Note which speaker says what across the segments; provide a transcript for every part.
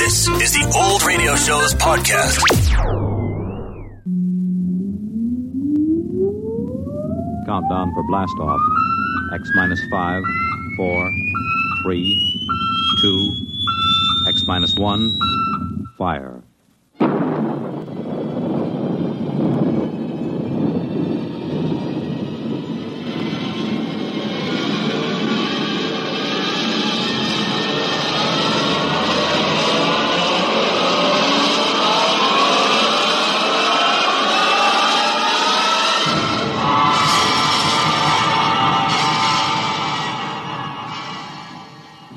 Speaker 1: This is the Old Radio Show's podcast.
Speaker 2: Countdown for blast off. X minus five, four, three, two, X minus one, fire.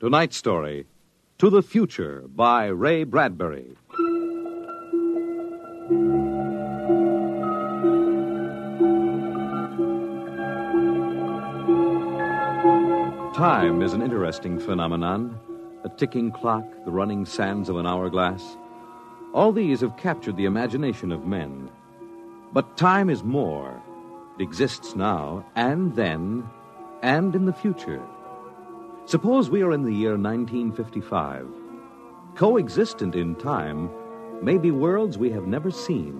Speaker 2: Tonight's story To the Future by Ray Bradbury. Time is an interesting phenomenon. A ticking clock, the running sands of an hourglass. All these have captured the imagination of men. But time is more. It exists now and then and in the future. Suppose we are in the year 1955. Coexistent in time may be worlds we have never seen,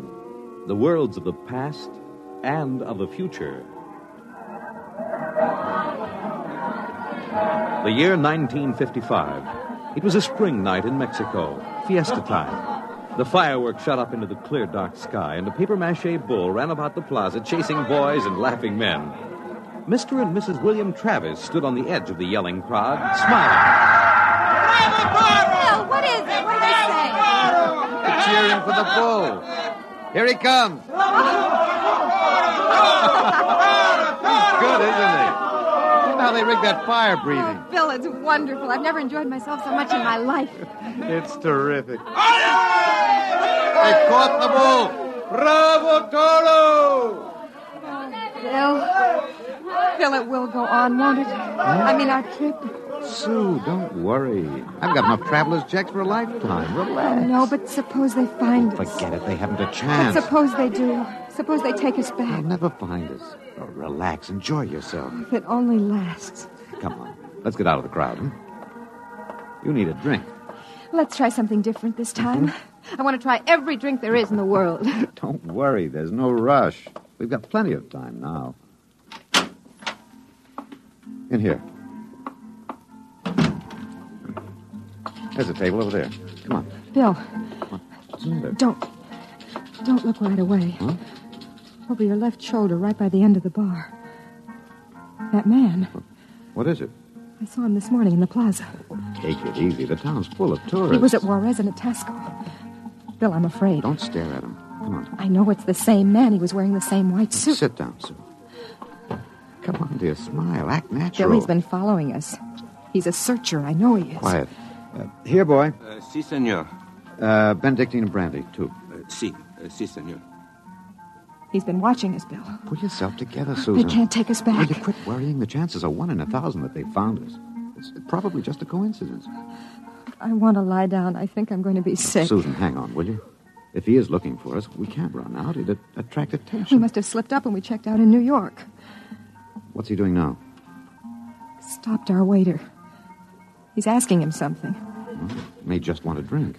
Speaker 2: the worlds of the past and of the future. The year 1955. It was a spring night in Mexico, fiesta time. The fireworks shot up into the clear, dark sky, and a paper mache bull ran about the plaza chasing boys and laughing men. Mr. and Mrs. William Travis stood on the edge of the yelling crowd, smiling.
Speaker 3: Bill, what is it? What did they say?
Speaker 2: Cheering for the bull. Here he comes. Good, isn't he? Now they rigged that fire breathing.
Speaker 3: Bill, Oh, it's wonderful. I've never enjoyed myself so much in my life.
Speaker 2: It's terrific. They caught the bull. Bravo, Toro!
Speaker 3: Bill, Bill, it will go on, won't it? I mean, our trip.
Speaker 4: Sue, don't worry. I've got enough traveler's checks for a lifetime. Relax.
Speaker 3: No, but suppose they find us.
Speaker 4: Forget it. They haven't a
Speaker 3: But
Speaker 4: chance.
Speaker 3: suppose they do. Suppose they take us
Speaker 4: They'll
Speaker 3: back.
Speaker 4: never find us. Oh, relax. Enjoy yourself.
Speaker 3: If it only lasts.
Speaker 4: Come on. Let's get out of the crowd. Hmm? You need a drink.
Speaker 3: Let's try something different this time. I want to try every drink there is in the world.
Speaker 4: Don't worry. There's no rush. We've got plenty of time now. In here. There's a table over there. Come on.
Speaker 3: Bill,
Speaker 4: What's the matter?
Speaker 3: don't. Don't look right away. Over your left shoulder, right by the end of the bar. That man.
Speaker 4: What is it?
Speaker 3: I saw him this morning in the plaza.
Speaker 4: Take it easy. The town's full of tourists.
Speaker 3: He was at Juarez and at Tasco. Bill, I'm afraid.
Speaker 4: Don't stare at him. Come on.
Speaker 3: I know it's the same man. He was wearing the same white suit.
Speaker 4: Sit down, Sue. Come on, dear. Smile. Act natural.
Speaker 3: Bill, he's been following us. He's a searcher. I know he is.
Speaker 4: quiet. Uh, here, boy.
Speaker 5: Uh, si, senor.
Speaker 4: Uh, Benedictine and brandy, too.
Speaker 5: Uh, si, uh, si, senor.
Speaker 3: He's been watching us, Bill.
Speaker 4: Pull yourself together,
Speaker 3: They
Speaker 4: Susan.
Speaker 3: can't take us
Speaker 4: Will
Speaker 3: back.
Speaker 4: you quit worrying? The chances are one in a thousand that they found us. It's probably just a coincidence.
Speaker 3: I want to lie down. I think I'm going to be sick.
Speaker 4: Susan, hang on, will you? If he is looking for us, we can't run out. It'd attract
Speaker 3: We
Speaker 4: attention.
Speaker 3: must have slipped up when we checked out in New York.
Speaker 4: What's he doing now?
Speaker 3: Stopped our waiter. He's asking him something.
Speaker 4: May just want a drink.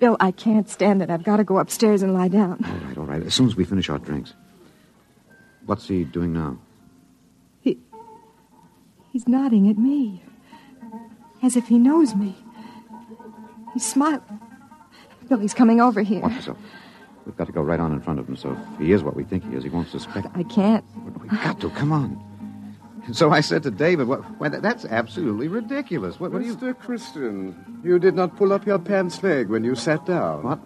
Speaker 3: Bill, I can't stand it. I've got to go upstairs and lie down.
Speaker 4: All right, all right. As soon as we finish our drinks. What's he doing now?
Speaker 3: He, he's nodding at me, as if he knows me. He's smiling. Bill, he's coming over here.
Speaker 4: Watch yourself. We've got to go right on in front of him, so if he is what we think he is, he won't suspect.
Speaker 3: I can't.
Speaker 4: We've got to. Come on. And so I said to David, "Why, why, that- that's absolutely ridiculous. What, what do you...
Speaker 6: Mr. Christian, you did not pull up your pants leg when you sat down.
Speaker 4: What?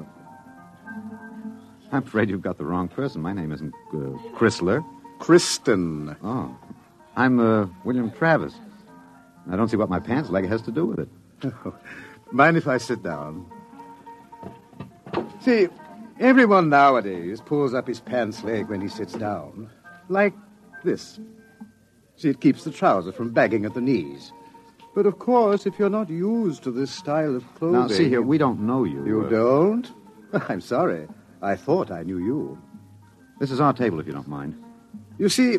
Speaker 4: I'm afraid you've got the wrong person. My name isn't uh, Chrysler.
Speaker 6: Kristen.
Speaker 4: Oh, I'm uh, William Travis.
Speaker 2: I don't see what my pants leg has to do with it.
Speaker 6: Mind if I sit down? See, everyone nowadays pulls up his pants leg when he sits down, like this. See, it keeps the trouser from bagging at the knees. But of course, if you're not used to this style of clothing.
Speaker 2: Now, see here, we don't know you.
Speaker 6: You
Speaker 2: Uh,
Speaker 6: don't? I'm sorry. I thought I knew you.
Speaker 2: This is our table, if you don't mind.
Speaker 6: You see,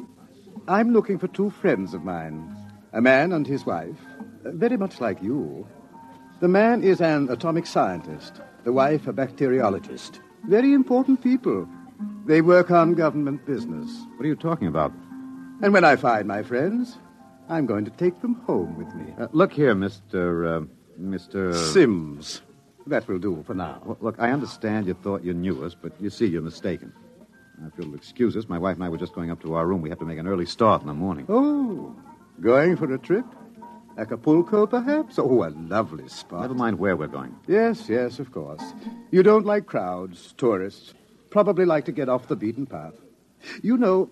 Speaker 6: I'm looking for two friends of mine a man and his wife, uh, very much like you. The man is an atomic scientist, the wife, a bacteriologist. Very important people. They work on government business.
Speaker 2: What are you talking about?
Speaker 6: And when I find my friends, I'm going to take them home with me.
Speaker 2: Uh, look here, Mr. Uh, Mr.
Speaker 6: Sims. That will do for now.
Speaker 2: Well, Look, I understand you thought you knew us, but you see, you're mistaken. Now, if you'll excuse us, my wife and I were just going up to our room. We have to make an early start in the morning.
Speaker 6: Oh, going for a trip? Acapulco, perhaps? Oh, a lovely spot.
Speaker 2: Never mind where we're going.
Speaker 6: Yes, yes, of course. You don't like crowds, tourists. Probably like to get off the beaten path. You know,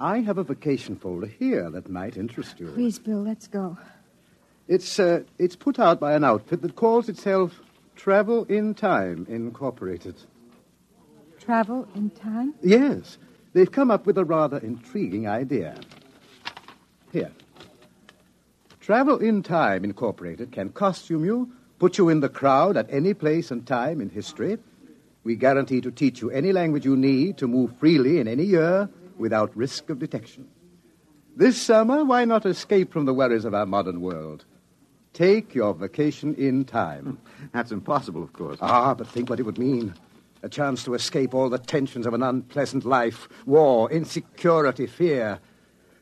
Speaker 6: I have a vacation folder here that might interest you.
Speaker 3: Please, Bill, let's go.
Speaker 6: It's uh, it's put out by an outfit that calls itself Travel in Time Incorporated.
Speaker 3: Travel in time?
Speaker 6: Yes, they've come up with a rather intriguing idea. Here. Travel in Time Incorporated can costume you, put you in the crowd at any place and time in history. We guarantee to teach you any language you need to move freely in any year without risk of detection. This summer, why not escape from the worries of our modern world? Take your vacation in time.
Speaker 2: That's impossible, of course.
Speaker 6: Ah, but think what it would mean. A chance to escape all the tensions of an unpleasant life war, insecurity, fear.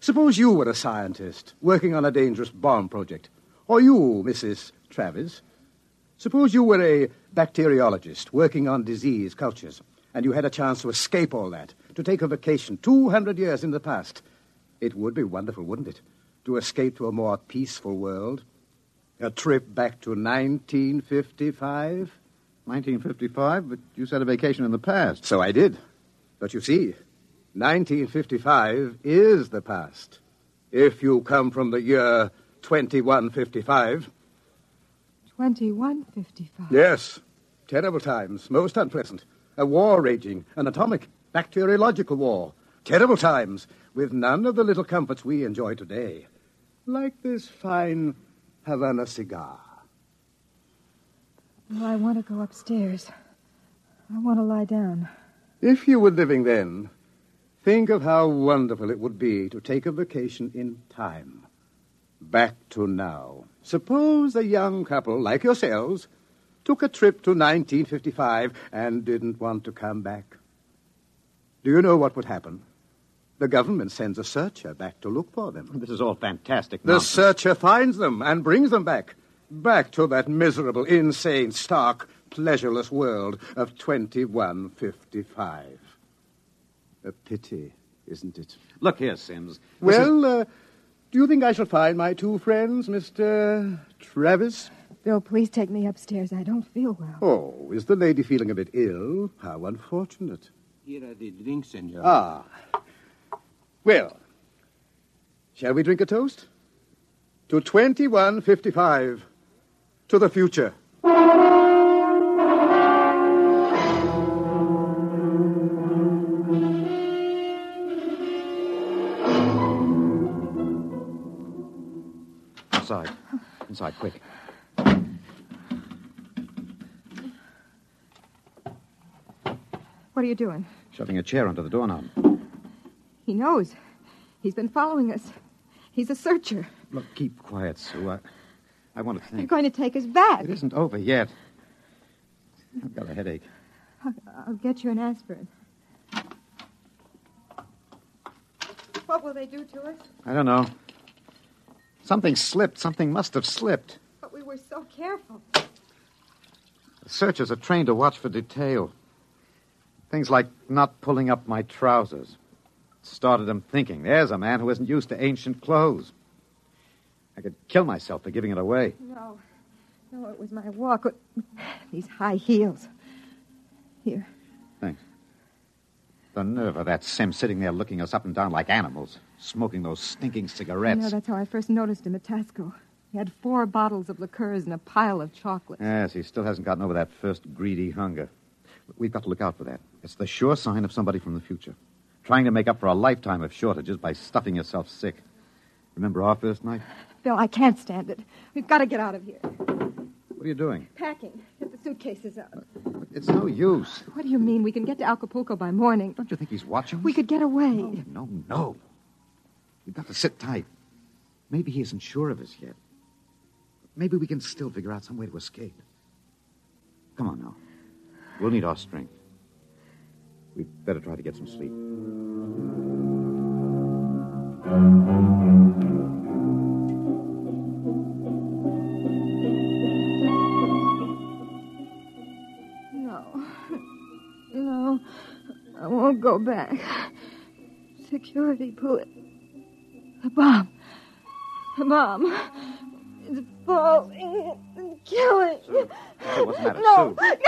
Speaker 6: Suppose you were a scientist working on a dangerous bomb project. Or you, Mrs. Travis. Suppose you were a bacteriologist working on disease cultures, and you had a chance to escape all that, to take a vacation 200 years in the past. It would be wonderful, wouldn't it? To escape to a more peaceful world. A trip back to 1955.
Speaker 2: 1955, but you said a vacation in the past.
Speaker 6: So I did. But you see, 1955 is the past. If you come from the year 2155.
Speaker 3: 2155.
Speaker 6: Yes. Terrible times, most unpleasant. A war raging, an atomic, bacteriological war. Terrible times, with none of the little comforts we enjoy today. Like this fine Havana cigar.
Speaker 3: Well, Oh, I want to go upstairs. I want to lie down.
Speaker 6: If you were living then, think of how wonderful it would be to take a vacation in time. Back to now. Suppose a young couple like yourselves took a trip to 1955 and didn't want to come back. Do you know what would happen? The government sends a searcher back to look for them.
Speaker 2: This is all fantastic.
Speaker 6: The
Speaker 2: nonsense.
Speaker 6: searcher finds them and brings them back. Back to that miserable, insane, stark, pleasureless world of 2155. A pity, isn't it?
Speaker 2: Look here, Sims. This is-
Speaker 6: Well, uh, do you think I shall find my two friends, Mr. Travis?
Speaker 3: Bill, please take me upstairs. I don't feel well.
Speaker 6: Oh, is the lady feeling a bit ill? How unfortunate.
Speaker 7: Here are the drinks, senor.
Speaker 6: Ah. Well, shall we drink a toast? To 2155. To the future.
Speaker 2: inside. Inside, quick.
Speaker 3: What are you doing?
Speaker 2: Shoving a chair under the doorknob.
Speaker 3: He knows. He's been following us. He's a searcher.
Speaker 2: Look, keep quiet, Sue. I, I want to
Speaker 3: They're
Speaker 2: think.
Speaker 3: going to take us back.
Speaker 2: It isn't over yet. I've got a headache.
Speaker 3: I'll get you an aspirin. What will they do to us?
Speaker 2: I don't know. Something slipped. Something must have slipped.
Speaker 3: But we were so careful.
Speaker 2: The searchers are trained to watch for detail. Things like not pulling up my trousers. Started them thinking, there's a man who isn't used to ancient clothes. I could kill myself for giving it away.
Speaker 3: No. No, it was my walk. These high heels. Here.
Speaker 2: Thanks. The nerve of that Sim sitting there looking us up and down like animals. smoking those stinking
Speaker 3: You
Speaker 2: cigarettes.
Speaker 3: know, that's how I first noticed him at Tasco. He had four bottles of liqueurs and a pile of chocolates.
Speaker 2: Yes, he still hasn't gotten over that first greedy hunger. We've got to look out for that. It's the sure sign of somebody from the future. Trying to make up for a lifetime of shortages by stuffing yourself sick. Remember our first night?
Speaker 3: Bill, I can't stand it. We've got to get out of here.
Speaker 2: What are you doing?
Speaker 3: Packing. Get the suitcases
Speaker 2: Uh,
Speaker 3: out.
Speaker 2: It's no use.
Speaker 3: What do you mean? We can get to Acapulco by morning.
Speaker 2: Don't you think he's watching?
Speaker 3: We could get away.
Speaker 2: No, no, no. We've got to sit tight. Maybe he isn't sure of us yet. Maybe we can still figure out some way to escape. Come on now. We'll need our strength. We'd better try to get some sleep.
Speaker 3: No. No. I won't go back. Security bullet. The bomb. The bomb. It's falling and killing.
Speaker 2: Sue, what's the matter?
Speaker 3: No. No.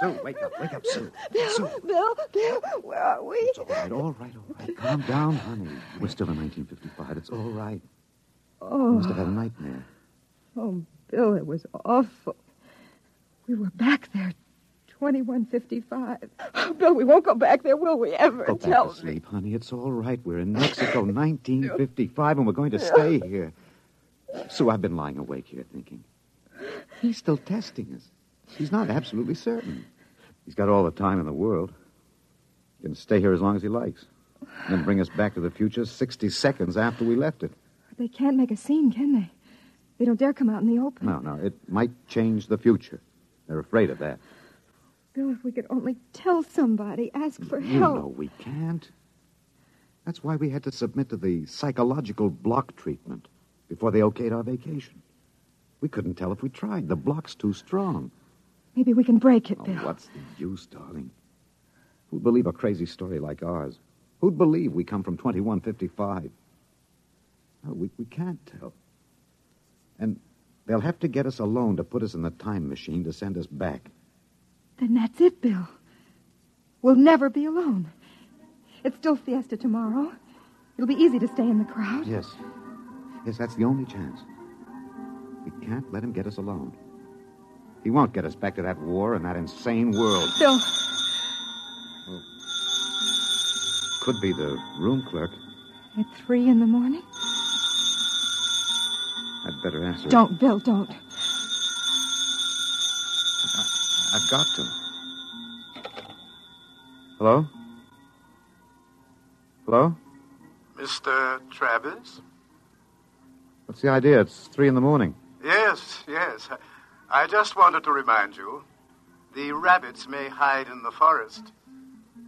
Speaker 2: Sue. Sue, wake up. Wake up, Sue.
Speaker 3: Bill,
Speaker 2: Sue.
Speaker 3: Bill, Bill, where are we?
Speaker 2: All right, all right, all right. Calm down, honey. We're still in 1955. It's all right. You must
Speaker 3: Oh,
Speaker 2: have had a nightmare.
Speaker 3: oh, Bill, it was awful. We were back there, 2155. Oh, Bill, we won't go back there, will we ever?
Speaker 2: Go back
Speaker 3: Tell
Speaker 2: to sleep, honey. It's all right. We're in Mexico, 1955, and we're going to stay here. Sue, I've been lying awake here thinking. He's still testing us. He's not absolutely certain. He's got all the time in the world. He can stay here as long as he likes. And then bring us back to the future 60 seconds after we left it.
Speaker 3: They can't make a scene, can they? They don't dare come out in the open.
Speaker 2: No, no, it might change the future. They're afraid of that.
Speaker 3: Bill, if we could only tell somebody, ask for
Speaker 2: You
Speaker 3: help.
Speaker 2: know we can't. That's why we had to submit to the psychological block treatment before they okayed our vacation. We couldn't tell if we tried. The block's too strong.
Speaker 3: Maybe we can break it,
Speaker 2: Oh,
Speaker 3: Bill.
Speaker 2: what's the use, darling? Who'd believe a crazy story like ours? Who'd believe we come from 2155? No, we, we can't tell. And they'll have to get us a loan to put us in the time machine to send us back.
Speaker 3: Then that's it, Bill. We'll never be alone. It's still fiesta tomorrow. It'll be easy to stay in the crowd.
Speaker 2: Yes. Yes, that's the only chance. We can't let him get us alone. He won't get us back to that war and that insane world.
Speaker 3: Bill,
Speaker 2: Could be the room clerk.
Speaker 3: at three in the morning?
Speaker 2: I'd better answer.
Speaker 3: Don't, Bill, don't.
Speaker 2: I've got to. Hello? Hello?
Speaker 8: Mr. Travis?
Speaker 2: What's the idea? It's three in the morning.
Speaker 8: Yes, yes. I just wanted to remind you the rabbits may hide in the forest,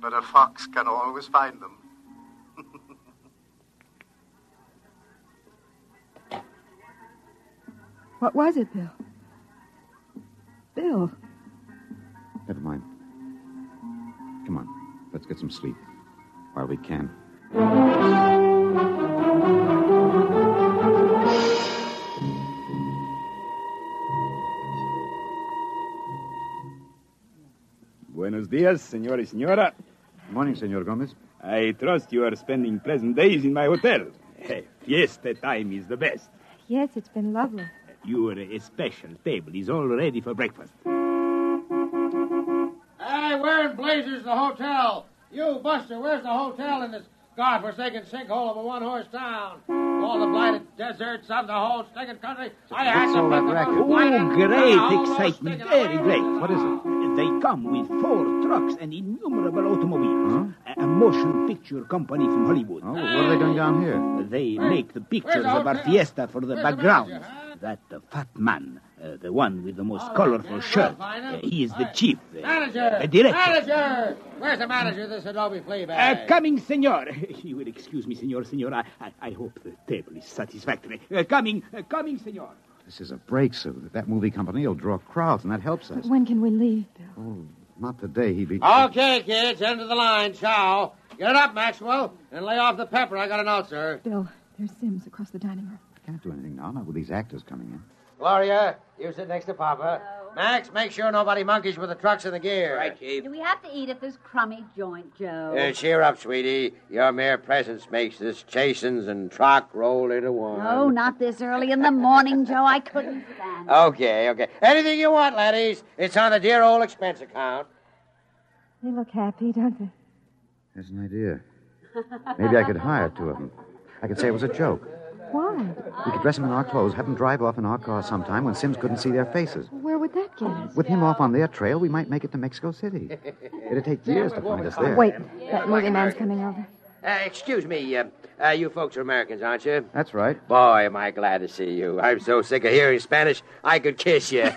Speaker 8: but a fox can always find them.
Speaker 3: What was it, Bill? Bill,
Speaker 2: Never mind. Come on. Let's get some sleep while we can.
Speaker 9: Buenos dias, senor y senora.
Speaker 2: Morning, Senor Gomez.
Speaker 9: I trust you are spending pleasant days in my hotel. Hey, Fiesta time is the best.
Speaker 3: yes, it's been lovely.
Speaker 9: Your uh, special table is all ready for breakfast.
Speaker 10: Hey, where in blazes the hotel? You, Buster, where's the hotel in this godforsaken sinkhole of a one-horse town? All the blighted deserts of the whole stinking country. I
Speaker 2: What's
Speaker 10: had to
Speaker 2: all that
Speaker 10: pick up
Speaker 2: racket?
Speaker 10: the blighted
Speaker 9: Oh, great
Speaker 10: and all those
Speaker 9: excitement.
Speaker 10: stinking
Speaker 9: Very
Speaker 10: away.
Speaker 9: great.
Speaker 2: What is it?
Speaker 9: They come with four trucks and innumerable automobiles. A, a motion picture company from Hollywood.
Speaker 2: Oh, what are they doing down here?
Speaker 9: They make the pictures
Speaker 10: the
Speaker 9: of our
Speaker 10: hotel?
Speaker 9: fiesta for the
Speaker 10: Where's the
Speaker 9: background.
Speaker 10: manager, huh?
Speaker 9: That uh, fat man, uh, the one with the most
Speaker 10: All right,
Speaker 9: colorful
Speaker 10: very
Speaker 9: shirt,
Speaker 10: well, Viner.
Speaker 9: uh, he is
Speaker 10: All
Speaker 9: the
Speaker 10: right.
Speaker 9: chief. uh,
Speaker 10: Manager!
Speaker 9: The director.
Speaker 10: Manager! Where's the manager of this Adobe flea
Speaker 9: Uh,
Speaker 10: bag?
Speaker 9: coming, senor. You will excuse me, senor, senor. I, I, I hope the table is satisfactory. Uh, coming, uh, coming, senor.
Speaker 2: This is a break, Sue. That movie company will draw crowds, and that helps us.
Speaker 3: When can we leave, Bill?
Speaker 2: Not today, he'd be.
Speaker 5: Ah!
Speaker 10: Okay, kids, end of the line. Ciao. Get up, Maxwell, and lay off the pepper. I got an ulcer.
Speaker 3: Bill, there's Sims across the dining room.
Speaker 2: Can't do anything now, not with these actors coming in.
Speaker 10: Gloria, you sit next to Papa. Max, make sure nobody monkeys with the trucks and the gear.
Speaker 5: Right, Chief.
Speaker 11: Do we have to eat at this crummy joint, Joe?
Speaker 5: Uh, cheer up, sweetie. Your mere presence makes this chasins and truck roll into one.
Speaker 11: No, Oh, not this early in the morning, Joe. I couldn't stand it.
Speaker 5: Okay, okay. Anything you want, laddies. It's on the dear old expense account.
Speaker 3: They look happy, don't they?
Speaker 2: There's an idea. Maybe I could hire two of them. I could say it was a joke.
Speaker 3: Why?
Speaker 2: We could dress them in our clothes, have them drive off in our car sometime when Sims couldn't see their faces.
Speaker 3: Where would that get us?
Speaker 2: With him off on their trail, we might make it to Mexico City. It'd take years to find us there.
Speaker 3: Wait, that movie man's coming over.
Speaker 5: Uh, excuse me, uh, uh, you folks are Americans, aren't you?
Speaker 2: That's right.
Speaker 5: Boy, am I glad to see you. I'm so sick of hearing Spanish, I could kiss you.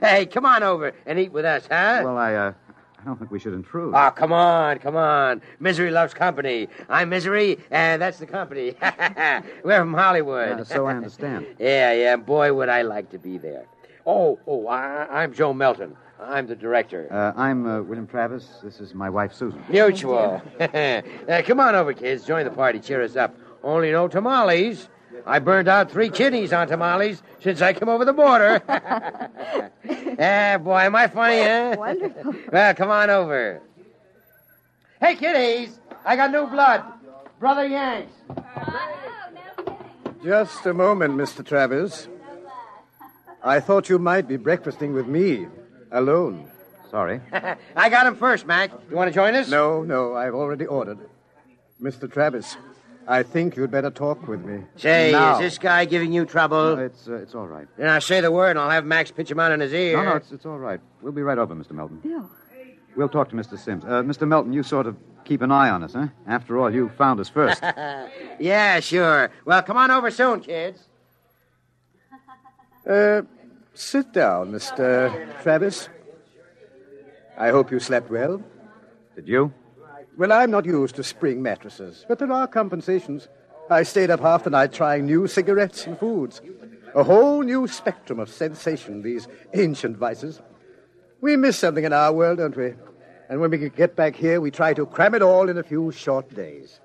Speaker 5: hey, come on over and eat with us, huh?
Speaker 2: Well, I, uh, I don't think we should intrude.
Speaker 5: Oh, come on, come on. Misery loves company. I'm misery, and that's the company. We're from Hollywood.
Speaker 2: Uh, so I understand.
Speaker 5: yeah, yeah. Boy, would I like to be there. Oh, oh, I, am Joe Melton. I'm the director.
Speaker 2: Uh, I'm uh, William Travis. This is my wife, Susan.
Speaker 5: Mutual. uh, come on over, kids. Join the party. Cheer us up. Only no tamales. I burned out three kidneys on tamales since I came over the border. ah, boy, am I funny, huh?
Speaker 3: Wonderful.
Speaker 5: well, come on over. Hey, kiddies, I got new blood. Brother Yanks.
Speaker 6: Just a moment, Mr. Travers. I thought you might be breakfasting with me, alone.
Speaker 2: Sorry.
Speaker 5: I got him first, Mac. You want to join us?
Speaker 6: No, no, I've already ordered. Mr. Travis, I think you'd better talk with me.
Speaker 5: Say,
Speaker 6: Now.
Speaker 5: is this guy giving you trouble?
Speaker 2: No, it's, uh, it's all right.
Speaker 5: Then I'll say the word, and I'll have Max pitch him out in his ear.
Speaker 2: No, no, it's, it's all right. We'll be right over, Mr. Melton.
Speaker 3: Bill,
Speaker 2: We'll talk to Mr. Sims. Uh, Mr. Melton, you sort of keep an eye on us, huh? After all, you found us first.
Speaker 5: yeah, sure. Well, come on over soon, kids.
Speaker 6: Uh, sit down, Mr. Travis. I hope you slept well.
Speaker 2: Did you?
Speaker 6: Well, I'm not used to spring mattresses, but there are compensations. I stayed up half the night trying new cigarettes and foods. A whole new spectrum of sensation, these ancient vices. We miss something in our world, don't we? And when we get back here, we try to cram it all in a few short days.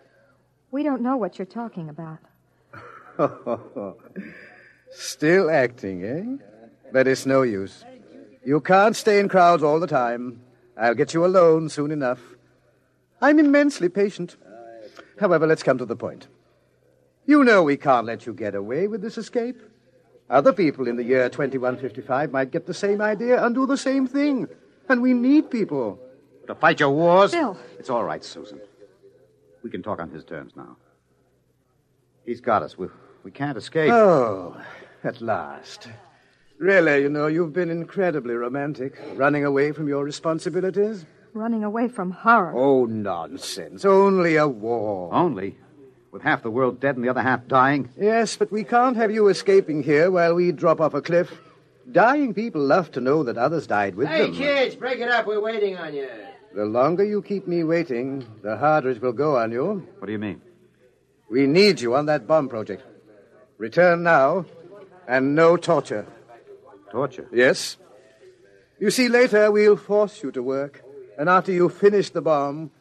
Speaker 3: we don't know what you're talking about.
Speaker 6: Still acting, eh? But it's no use. You can't stay in crowds all the time. I'll get you alone soon enough. I'm immensely patient. However, let's come to the point. You know we can't let you get away with this escape. Other people in the year 2155 might get the same idea and do the same thing. And we need people.
Speaker 2: To fight your wars?
Speaker 3: Bill.
Speaker 2: It's all right, Susan. We can talk on his terms now. He's got us. We, we can't escape.
Speaker 6: Oh, at last. Really, you know, you've been incredibly romantic, running away from your responsibilities.
Speaker 3: Running away from horror.
Speaker 6: Oh, nonsense. Only a war.
Speaker 2: Only? With half the world dead and the other half dying?
Speaker 6: Yes, but we can't have you escaping here while we drop off a cliff. Dying people love to know that others died with
Speaker 5: Hey,
Speaker 6: them.
Speaker 5: kids, break it up. We're waiting on you.
Speaker 6: The longer you keep me waiting, the harder it will go on you.
Speaker 2: What do you mean?
Speaker 6: We need you on that bomb project. Return now, and no torture.
Speaker 2: Torture.
Speaker 6: Yes? You see, later we'll force you to work, and after you finish the bomb,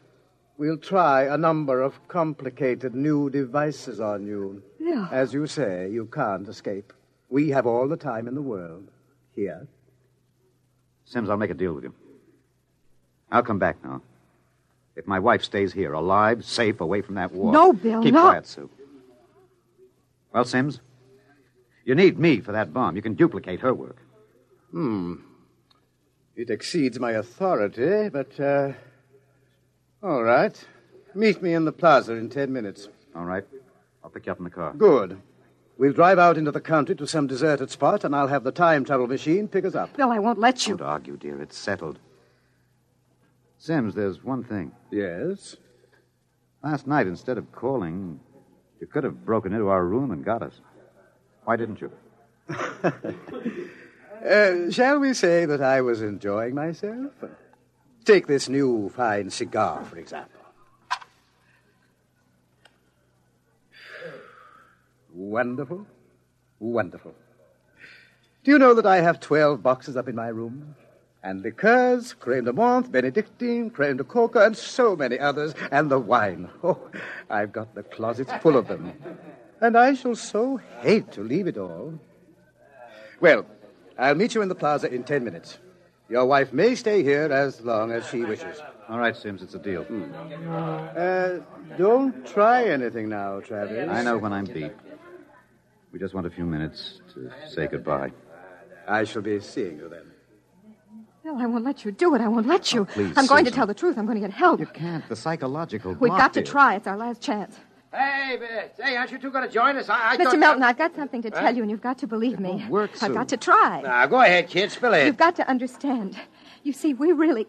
Speaker 6: we'll try a number of complicated new devices on you.
Speaker 3: Bill,
Speaker 6: As you say, you can't escape. We have all the time in the world here.
Speaker 2: Sims, I'll make a deal with you. I'll come back now. If my wife stays here, alive, safe, away from that war.
Speaker 3: No, Bill,
Speaker 2: Keep
Speaker 3: no.
Speaker 2: quiet, Sue. Well, Sims, you need me for that bomb. You can duplicate her work.
Speaker 6: It exceeds my authority, but, uh. All right. Meet me in the plaza in ten minutes.
Speaker 2: All right? I'll pick you up in the car.
Speaker 6: Good. We'll drive out into the country to some deserted spot, and I'll have the time travel machine pick us up.
Speaker 3: Bill, I won't let you.
Speaker 2: Don't argue, dear. It's settled. Sims, there's one thing.
Speaker 6: Yes?
Speaker 2: Last night, instead of calling, you could have broken into our room and got us. Why didn't you?
Speaker 6: Uh, shall we say that I was enjoying myself? Take this new fine cigar, for example. Wonderful. Wonderful. Do you know that I have 12 boxes up in my room? And liqueurs, creme de menthe, Benedictine, creme de coca, and so many others, and the wine. Oh, I've got the closets full of them. And I shall so hate to leave it all. Well, I'll meet you in the plaza in ten minutes. Your wife may stay here as long as she wishes. Hmm.
Speaker 2: All right, Sims, it's a deal.
Speaker 6: Uh, don't try anything now, Travis.
Speaker 2: I know when I'm beat. We just want a few minutes to say goodbye.
Speaker 6: I shall be seeing you then.
Speaker 3: Well, I won't let you do it. I won't let you.
Speaker 2: please,
Speaker 3: I'm going to
Speaker 2: Susan.
Speaker 3: tell the truth. I'm going to get help.
Speaker 2: You can't. The psychological.
Speaker 3: We've got to
Speaker 2: blockade.
Speaker 3: try. It's our last chance.
Speaker 5: Hey, but, hey, aren't you two going to join us? I, I
Speaker 3: Mr.
Speaker 5: thought-
Speaker 3: Melton, I've got something to
Speaker 5: Huh?
Speaker 3: tell you, and you've got to believe me.
Speaker 5: work,
Speaker 3: I've
Speaker 5: Sue.
Speaker 3: got to try.
Speaker 5: Now, go ahead, kid. Spill it.
Speaker 3: You've got to understand. You see, we really.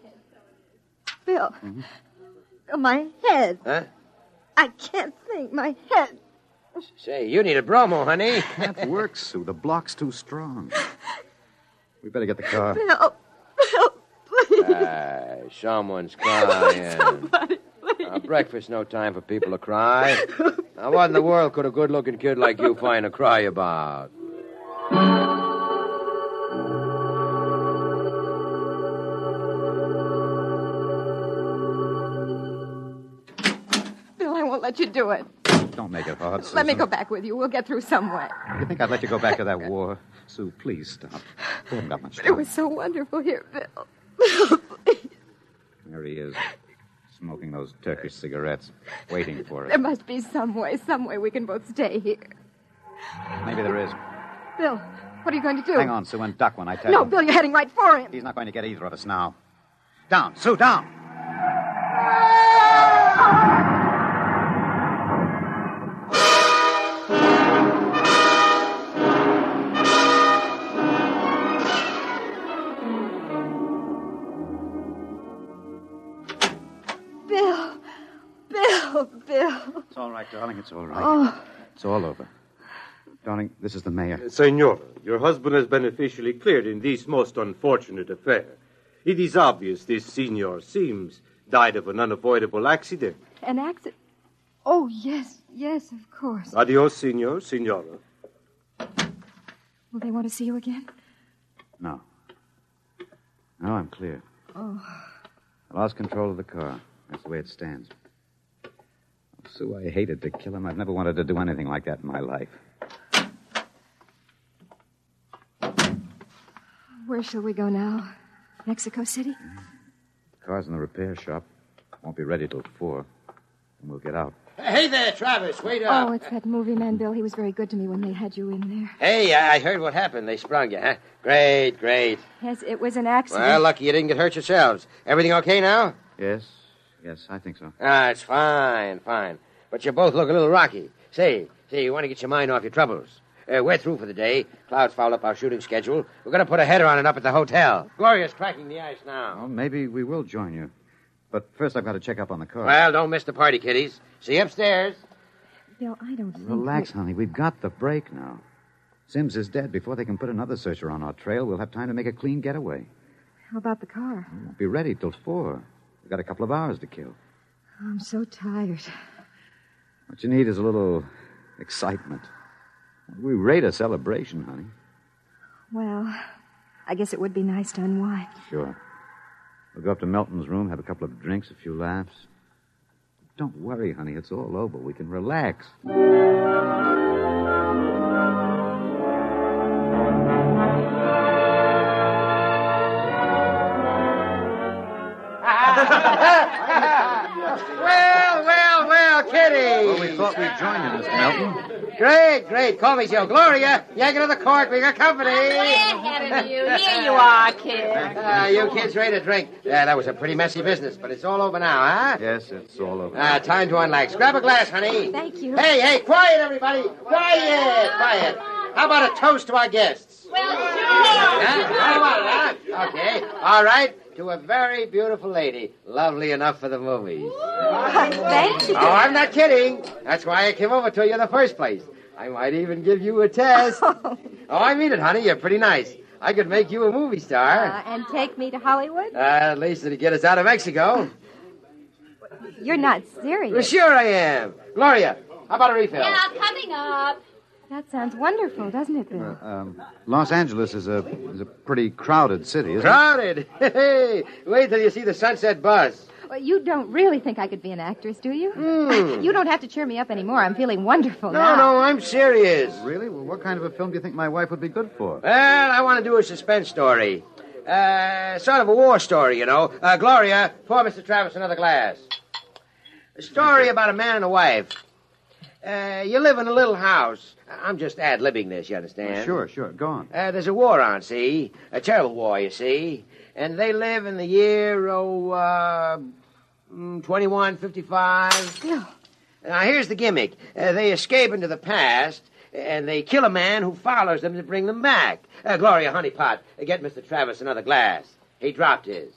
Speaker 3: Bill. Bill, my head.
Speaker 5: Mm-hmm. Huh?
Speaker 3: I can't think. My head.
Speaker 5: Say, you need a bromo, honey.
Speaker 2: Can't work, Sue. The block's too strong. We better get the car.
Speaker 3: Bill. Bill, please.
Speaker 5: Ah, someone's crying.
Speaker 3: Somebody, please.
Speaker 5: Now, breakfast, no time for people to cry. Now, what in the world could a good looking kid like you find to cry about?
Speaker 3: Bill, I won't let you do it.
Speaker 2: Don't make it hard, Susan.
Speaker 3: Let me go back with you. We'll get through somewhere.
Speaker 2: You think I'd let you go back to that war? Sue, please stop. We haven't got much
Speaker 3: But it
Speaker 2: time.
Speaker 3: was so wonderful here, Bill.
Speaker 2: There he is, smoking those Turkish cigarettes, waiting for
Speaker 3: There
Speaker 2: it.
Speaker 3: must be some way, some way we can both stay here.
Speaker 2: Maybe there is.
Speaker 3: Bill, what are you going to do?
Speaker 2: Hang on, Sue, and duck when I tell
Speaker 3: No,
Speaker 2: you.
Speaker 3: Bill, you're heading right for him.
Speaker 2: He's not going to get either of us now. Down, Sue, down.
Speaker 3: Bill, Bill, Bill.
Speaker 2: It's all right, darling. It's all right.
Speaker 3: Oh,
Speaker 2: It's all over. Darling, this is the mayor.
Speaker 12: Senora, your husband has been officially cleared in this most unfortunate affair. It is obvious this Senor Sims died of an unavoidable accident.
Speaker 3: an accident. Oh, yes, yes, of course.
Speaker 12: Adios, Senor, Senora.
Speaker 3: Will they want to see you again?
Speaker 2: No. No, I'm clear.
Speaker 3: Oh,
Speaker 2: I lost control of the car. That's the way it stands. Sue, I hated to kill him. I've never wanted to do anything like that in my life.
Speaker 3: where shall we go now? Mexico City?
Speaker 2: car's in the repair shop. Won't be ready till four. And we'll get out.
Speaker 5: Hey there, Travis. Wait up.
Speaker 3: Oh, it's that movie man, Bill. He was very good to me when they had you in there.
Speaker 5: Hey, I I heard what happened. They sprung you, huh? Great, great.
Speaker 3: Yes, it was an accident.
Speaker 5: Well, lucky you didn't get hurt yourselves. Everything okay now?
Speaker 2: Yes, yes, I think so.
Speaker 5: Ah, it's fine, fine. But you both look a little rocky. Say, say, you want to get your mind off your troubles. Uh, we're through for the day. Clouds foul up our shooting schedule. We're going to put a header on it up at the hotel. Gloria's cracking the ice now.
Speaker 2: Well, maybe we will join you. But first, I've got to check up on the car.
Speaker 5: Well, don't miss the party, kiddies. See you upstairs.
Speaker 3: Bill, I don't think.
Speaker 2: Relax, honey. We've got the break now. Sims is dead. Before they can put another searcher on our trail, we'll have time to make a clean getaway.
Speaker 3: How about the car?
Speaker 2: Won't be ready till four. We've got a couple of hours to kill.
Speaker 3: I'm so tired.
Speaker 2: What you need is a little excitement. We rate a celebration, honey.
Speaker 3: Well, I guess it would be nice to unwind.
Speaker 2: Sure. We'll go up to Melton's room, have a couple of drinks, a few laughs. Don't worry, honey. It's all over. We can relax.
Speaker 5: Well, well, well, Kitty.
Speaker 2: we thought we'd join you, Mr. Melton.
Speaker 5: Great, great. Call me Joe. Gloria, yank it to the court. We got company.
Speaker 11: We're having you. Here you are, kid.
Speaker 5: Ah, you kids ready to drink? Yeah, that was a pretty messy business, but it's all over now, huh?
Speaker 2: Yes, it's all over.
Speaker 5: Ah, time to unlax. Grab a glass, honey.
Speaker 3: Thank you.
Speaker 5: Hey, hey, quiet, everybody. Quiet, quiet. How about a toast to our guests? Huh? How about it, huh? Okay. All right. To a very beautiful lady. Lovely enough for the movies.
Speaker 3: Thank
Speaker 5: Oh, I'm not kidding. That's why I came over to you in the first place. I might even give you a test. Oh, I mean it, honey. You're pretty nice. I could make you a movie
Speaker 3: Uh,
Speaker 5: star.
Speaker 3: and take me to Hollywood?
Speaker 5: Uh, at least it'd get us out of Mexico.
Speaker 3: You're not serious.
Speaker 5: Well, sure I am. Gloria, how about a refill?
Speaker 11: Yeah, coming up.
Speaker 3: That sounds wonderful, doesn't it, Bill?
Speaker 2: Um, Los Angeles is a is a pretty crowded city, isn't
Speaker 5: Crowded. Hey, wait till you see the sunset bus.
Speaker 3: Well, you don't really think I could be an actress, do you?
Speaker 5: Hmm.
Speaker 3: You don't have to cheer me up anymore. I'm feeling wonderful
Speaker 5: No,
Speaker 3: now.
Speaker 5: no, I'm serious.
Speaker 2: Really? Well, what kind of a film do you think my wife would be good for?
Speaker 5: Well, I want to do a suspense story. Uh, sort of a war story, you know. Uh, Gloria, pour Mr. Travis another glass. A story about a man and a wife. Uh, you live in a little house. I'm just ad-libbing this, you understand?
Speaker 2: Sure, sure. Go on.
Speaker 5: Uh, there's a war on, see? A terrible war, you see? And they live in the year, oh, uh, mm, 2155. Now, here's the gimmick. Uh, they escape into the past, and they kill a man who follows them to bring them back. Uh, Gloria Honeypot, uh, get Mr. Travis another glass. He dropped his.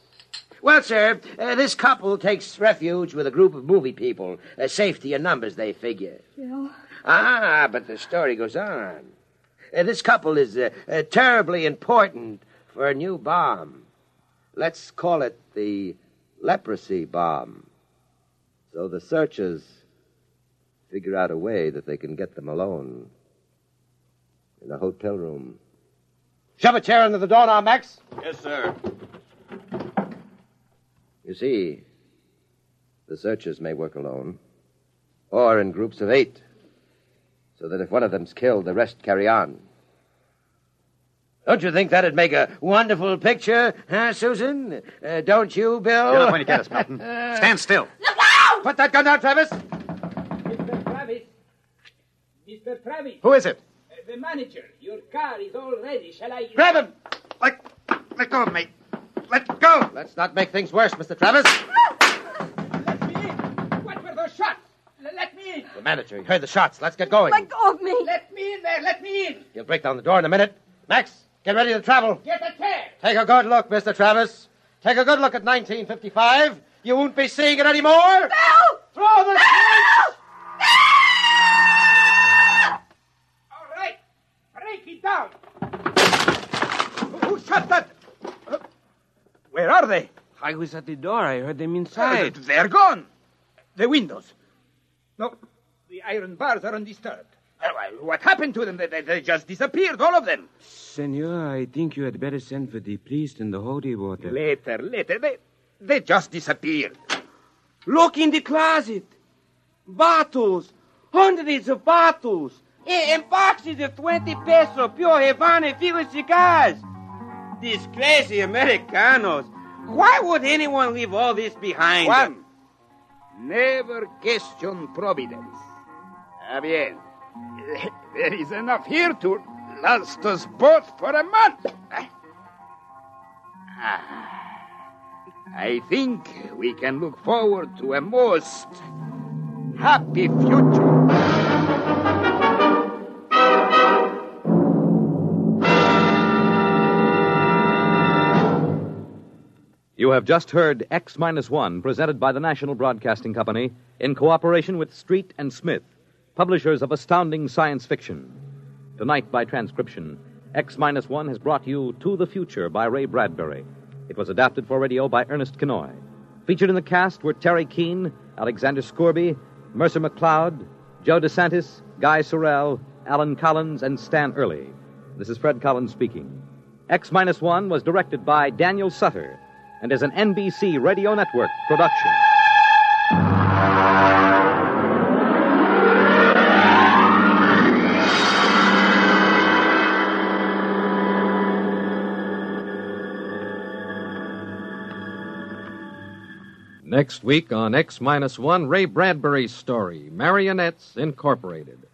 Speaker 5: Well, sir, uh, this couple takes refuge with a group of movie people. Uh, safety in numbers, they figure.
Speaker 3: Bill.
Speaker 5: Ah, but the story goes on. Uh, this couple is uh, uh, terribly important for a new bomb. Let's call it the leprosy bomb. So the searchers figure out a way that they can get them alone in a hotel room. Shove a chair under the door now, Max.
Speaker 13: Yes, sir.
Speaker 5: You see, the searchers may work alone or in groups of eight, so that if one of them's killed, the rest carry on. Don't you think that'd make a wonderful picture, huh, Susan? Uh, don't you, Bill?
Speaker 2: You're not going to get us, Milton. Stand still.
Speaker 5: Put that gun down, Travis.
Speaker 9: Mr. Travis. Mr. Travis.
Speaker 2: Who is it?
Speaker 9: Uh, the manager. Your car is all ready. Shall I...
Speaker 5: Grab him! Let, let go of me. Let go! Let's not make things worse, Mr. Travis.
Speaker 9: What were those shots? L- let me in.
Speaker 5: The manager, he heard the shots. Let's get going.
Speaker 9: Let go of me. Let me in there. Let me in.
Speaker 5: He'll break down the door in a minute. Max, get ready to travel.
Speaker 9: Get a chair.
Speaker 5: Take a good look, Mr. Travis. Take a good look at 1955. You won't be seeing it anymore.
Speaker 9: No!
Speaker 5: Throw the switch!
Speaker 9: All right. Break it down.
Speaker 14: Who shut that?
Speaker 9: Uh,
Speaker 14: Where are they? I was at the door. I heard them inside.
Speaker 9: Uh, they're gone. The windows. No, the iron bars are undisturbed. Uh, well, What happened to them? They, they, they just disappeared, all of them.
Speaker 14: Senor, I think you had better send for the priest and the holy water.
Speaker 9: Later, later. They, they just disappeared.
Speaker 14: Look in the closet. Bottles. Hundreds of bottles. And, and boxes of 20 peso pure Havana filled cigars. These crazy Americanos. Why would anyone leave all this behind?
Speaker 9: One. Never question Providence. Ah, bien. There is enough here to last us both for a month. Ah. I think we can look forward to a most happy future.
Speaker 6: You have just heard X Minus One, presented by the National Broadcasting Company in cooperation with Street and Smith, publishers of astounding science fiction. Tonight, by transcription, X Minus One has brought you To the Future by Ray Bradbury. It was adapted for radio by Ernest Kenoy. Featured in the cast were Terry Keane, Alexander Scorby, Mercer McLeod, Joe DeSantis, Guy Sorrell, Alan Collins, and Stan Early. This is Fred Collins speaking. X Minus One was directed by Daniel Sutter and is an NBC Radio Network production.
Speaker 15: Next week on X Minus One, Ray Bradbury's story, Marionettes Incorporated.